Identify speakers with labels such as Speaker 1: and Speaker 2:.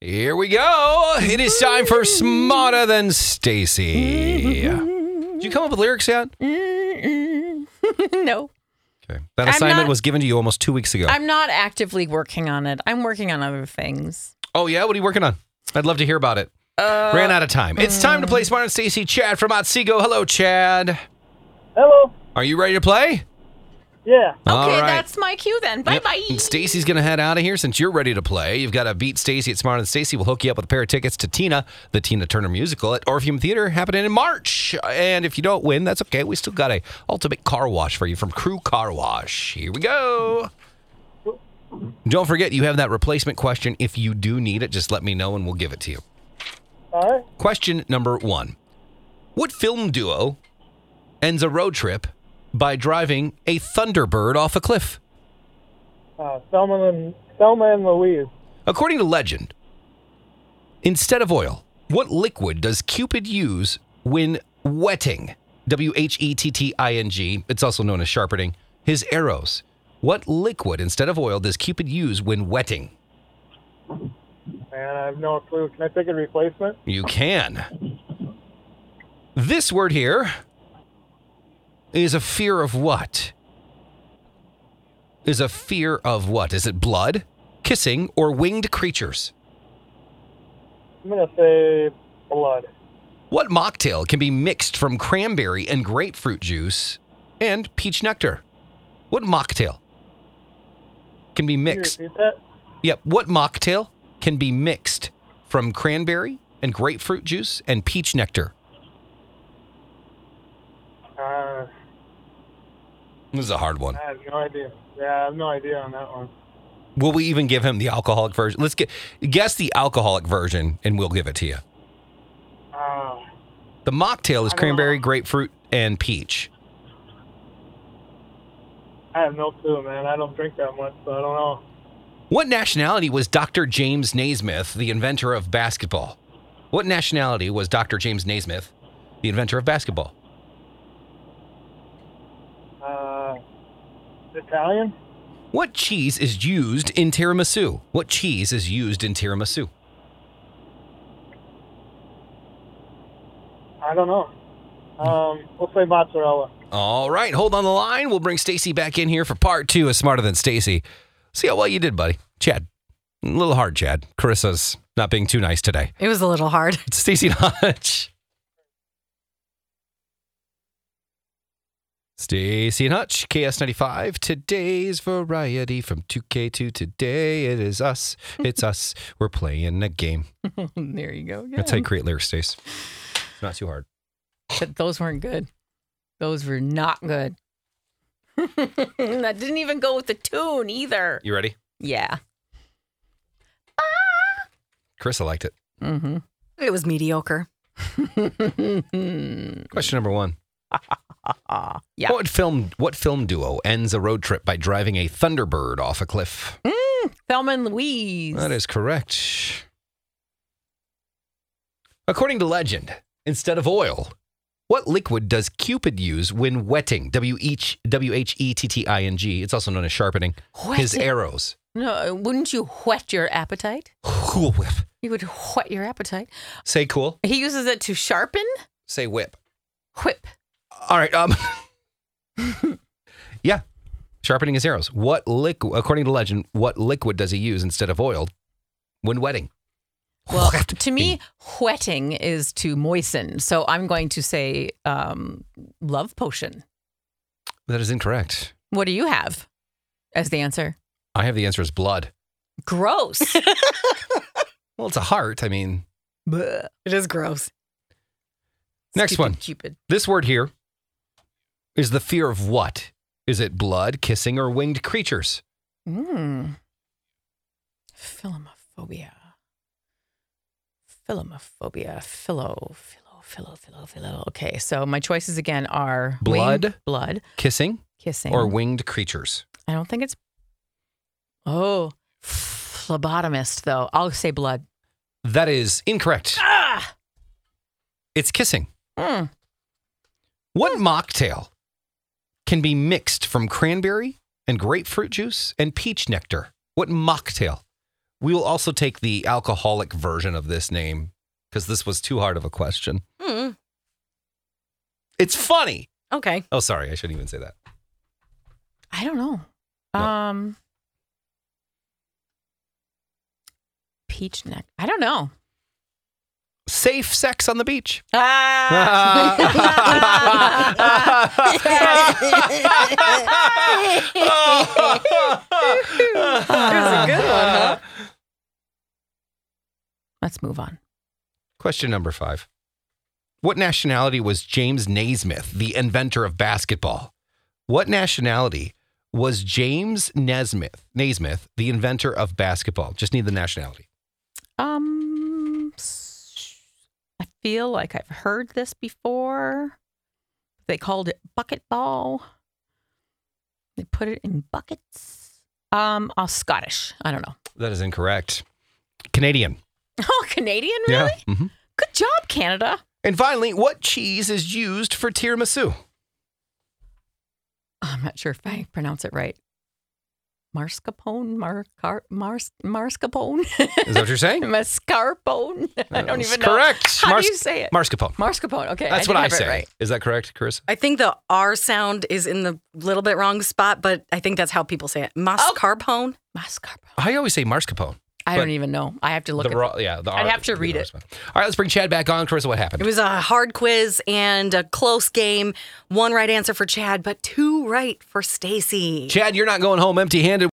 Speaker 1: Here we go. It is time for Smarter Than Stacy. Did you come up with lyrics yet?
Speaker 2: Mm-mm. no,
Speaker 1: Okay. That
Speaker 2: I'm
Speaker 1: assignment
Speaker 2: not-
Speaker 1: was given to you almost two weeks ago.
Speaker 2: I'm not actively working on it. I'm working on other things.
Speaker 1: oh, yeah? What are you working on? I'd love to hear about it. Ran out of time. It's time to play Smarter Than Stacy. Chad from Otsego. Hello, Chad.
Speaker 3: Hello.
Speaker 1: Are you ready to play?
Speaker 3: Yeah.
Speaker 1: All
Speaker 2: okay,
Speaker 1: right.
Speaker 2: that's my cue then. Bye bye.
Speaker 1: And Stacy's going to head out of here since you're ready to play. You've got to beat Stacy at Smarter Than Stacy. We'll hook you up with a pair of tickets to Tina, the Tina Turner musical at Orpheum Theater happening in March. And if you don't win, that's okay. We still got a ultimate car wash for you from Crew Car Wash. Here we go. Don't forget, you have that replacement question. If you do need it, just let me know and we'll give it to you.
Speaker 3: All right.
Speaker 1: Question number one What film duo ends a road trip by driving a Thunderbird off a cliff?
Speaker 3: Uh, Thelma and Thelma and Louise.
Speaker 1: According to legend, instead of oil, what liquid does Cupid use when wetting? W H E T T I N G. It's also known as sharpening his arrows. What liquid instead of oil does Cupid use when wetting?
Speaker 3: And I have no clue. Can I pick a replacement?
Speaker 1: You can. This word here is a fear of what? Is a fear of what? Is it blood, kissing, or winged creatures?
Speaker 3: I'm gonna say blood.
Speaker 1: What mocktail can be mixed from cranberry and grapefruit juice and peach nectar? What mocktail can be
Speaker 3: Can you
Speaker 1: mixed?
Speaker 3: repeat that?
Speaker 1: Yep. What mocktail can be mixed from cranberry and grapefruit juice and peach nectar?
Speaker 3: Uh,
Speaker 1: This is a hard one.
Speaker 3: I have no idea. Yeah, I have no idea on that one.
Speaker 1: Will we even give him the alcoholic version? Let's get guess the alcoholic version and we'll give it to you.
Speaker 3: Uh,
Speaker 1: The mocktail is
Speaker 3: I don't
Speaker 1: cranberry,
Speaker 3: know.
Speaker 1: grapefruit, and peach.
Speaker 3: I have no clue, man. I don't drink that much, so I don't know.
Speaker 1: What nationality was Dr. James Naismith, the inventor of basketball? What nationality was Dr. James Naismith, the inventor of basketball?
Speaker 3: Uh, Italian?
Speaker 1: What cheese is used in tiramisu? What cheese is used in tiramisu?
Speaker 3: I don't know. Um, we'll say mozzarella.
Speaker 1: All right, hold on the line. We'll bring Stacy back in here for part two of Smarter Than Stacy. See how well you did, buddy. Chad, a little hard, Chad. Carissa's not being too nice today.
Speaker 4: It was a little hard.
Speaker 1: It's Stacy Hutch. Stacy and Hutch, KS95. Today's variety from 2K2. Today it is us. It's us. We're playing a game.
Speaker 2: there you go.
Speaker 1: That's how you
Speaker 2: again.
Speaker 1: create lyrics, Stace. It's not too hard.
Speaker 2: But those weren't good. Those were not good. that didn't even go with the tune either.
Speaker 1: You ready?
Speaker 2: Yeah.
Speaker 1: Carissa liked it.
Speaker 2: Mm-hmm.
Speaker 4: It was mediocre.
Speaker 1: Question number one.
Speaker 2: yeah.
Speaker 1: What film what film duo ends a road trip by driving a Thunderbird off a cliff?
Speaker 2: Thelma and Louise.
Speaker 1: That is correct. According to legend, instead of oil, what liquid does Cupid use when wetting? W H W H E T T I N G. It's also known as sharpening his
Speaker 2: Whetting.
Speaker 1: arrows.
Speaker 2: No, wouldn't you whet your appetite?
Speaker 1: Cool whip.
Speaker 2: You would whet your appetite.
Speaker 1: Say cool.
Speaker 2: He uses it to sharpen,
Speaker 1: Say whip.
Speaker 2: whip.
Speaker 1: All right. Um. yeah. Sharpening his arrows. What liquid? According to legend, what liquid does he use instead of oil when wetting?
Speaker 2: Well,
Speaker 1: Whetting.
Speaker 2: to me, whetting is to moisten. So I'm going to say um, love potion.
Speaker 1: that is incorrect.
Speaker 2: What do you have as the answer?
Speaker 1: I have the answer as blood.
Speaker 2: Gross.
Speaker 1: Well, it's a heart. I mean,
Speaker 2: Bleh.
Speaker 4: It is gross.
Speaker 1: Next
Speaker 2: Stupid
Speaker 1: one.
Speaker 2: Cupid.
Speaker 1: This word here is the fear of what? Is it blood, kissing, or winged creatures?
Speaker 2: Mm. Philomophobia. Philomophobia. Philo. Philo. Philo. Philo. Philo. Okay, so my choices again are
Speaker 1: Blood.
Speaker 2: winged blood,
Speaker 1: Kissing
Speaker 2: kissing,
Speaker 1: or winged creatures?
Speaker 2: I don't think it's. Oh, phlebotomist though. I'll say blood.
Speaker 1: That is incorrect.
Speaker 2: Ah.
Speaker 1: It's kissing.
Speaker 2: Mm.
Speaker 1: What mocktail can be mixed from cranberry and grapefruit juice and peach nectar? What mocktail We will also take the alcoholic version of this name because this was too hard of a question.
Speaker 4: Hmm.
Speaker 1: It's funny.
Speaker 4: Okay.
Speaker 1: Oh, sorry. I shouldn't even say that.
Speaker 2: I don't know.
Speaker 1: No.
Speaker 2: Um, peach neck. I don't know.
Speaker 1: Safe sex on the beach.
Speaker 4: Ah!
Speaker 2: That was a good
Speaker 4: one, huh?
Speaker 2: Let's move on.
Speaker 1: Question number five. What nationality was James Naismith, the inventor of basketball? What nationality was James Nesmith, Naismith, the inventor of basketball? Just need the nationality.
Speaker 2: Um, s- I feel like I've heard this before. They called it bucket ball. They put it in buckets. Um, i Scottish. I don't know.
Speaker 1: That is incorrect. Canadian.
Speaker 2: Oh, Canadian, really?
Speaker 1: Yeah. Mhm.
Speaker 2: Good job, Canada.
Speaker 1: And finally, what cheese is used for tiramisu?
Speaker 2: I'm not sure if I pronounce it right. Marscapone, mar, car, mars, marscapone,
Speaker 1: Is that what you're saying?
Speaker 2: mascarpone. I don't
Speaker 1: That's
Speaker 2: even know.
Speaker 1: correct.
Speaker 2: How
Speaker 1: Mars-
Speaker 2: do you say it?
Speaker 1: Marscapone.
Speaker 2: Marscapone. Okay,
Speaker 1: That's
Speaker 2: did
Speaker 1: what I
Speaker 2: have it
Speaker 1: say.
Speaker 2: right.
Speaker 1: Is that correct, Chris?
Speaker 4: I think the R sound is in the little bit wrong spot, but I think that's how people say it. Mascarpone.
Speaker 2: Mascarpone.
Speaker 1: I always say marscapone.
Speaker 2: I
Speaker 1: But
Speaker 2: don't even know. I have to look.
Speaker 1: the
Speaker 2: At,
Speaker 1: raw, yeah, the
Speaker 2: I'd
Speaker 1: R-
Speaker 2: have to
Speaker 1: the
Speaker 2: read
Speaker 1: raw
Speaker 2: it.
Speaker 1: spot. All right, let's bring Chad back on. Chris, what happened?
Speaker 4: It was a hard quiz and a close game. One right answer for Chad, but two right for Stacy.
Speaker 1: Chad, you're not going home empty handed.